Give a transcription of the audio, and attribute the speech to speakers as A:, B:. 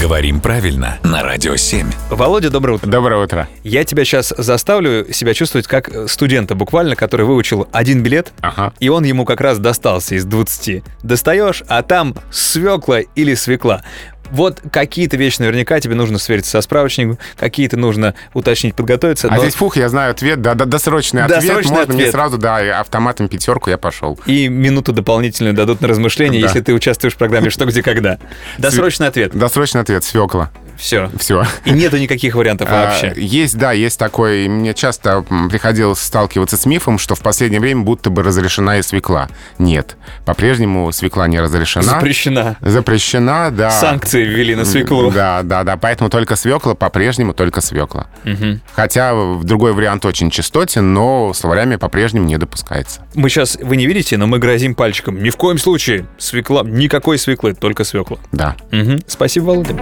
A: Говорим правильно на Радио 7.
B: Володя, доброе утро.
C: Доброе утро.
B: Я тебя сейчас заставлю себя чувствовать как э, студента буквально, который выучил один билет,
C: Ага.
B: и он ему как раз достался из 20. Достаешь, а там свекла или свекла. Вот какие-то вещи наверняка тебе нужно свериться со справочником, какие-то нужно уточнить, подготовиться.
C: А
B: но-
C: здесь, фух, я знаю ответ, да, да, досрочный ответ,
B: Досрочный
C: можно мне
B: ответ.
C: сразу, да, и автоматом пятерку, я пошел.
B: И минуту дополнительную дадут на размышление,
C: Да.
B: если ты участвуешь в программе «Что, где, когда». Досрочный ответ.
C: Досрочный ответ, свекла,
B: Все.
C: все.
B: И нету никаких вариантов
C: А,
B: вообще.
C: Есть, да, есть такой. Мне часто м, приходилось сталкиваться с мифом, что в последнее время будто бы разрешена и свекла. Нет, по-прежнему свекла не разрешена.
B: Запрещена.
C: Запрещена, да.
B: Санкции ввели на свеклу.
C: А. Да, да, да. Поэтому только свекла, по-прежнему только свекла. Хотя в другой вариант очень частотен, но словарями по-прежнему не допускается.
B: Мы сейчас, вы не видите, но мы грозим пальчиком. Ни в коем случае. Свекла. Никакой свеклы, только свекла.
C: Да.
B: Мгм. Спасибо, Володя.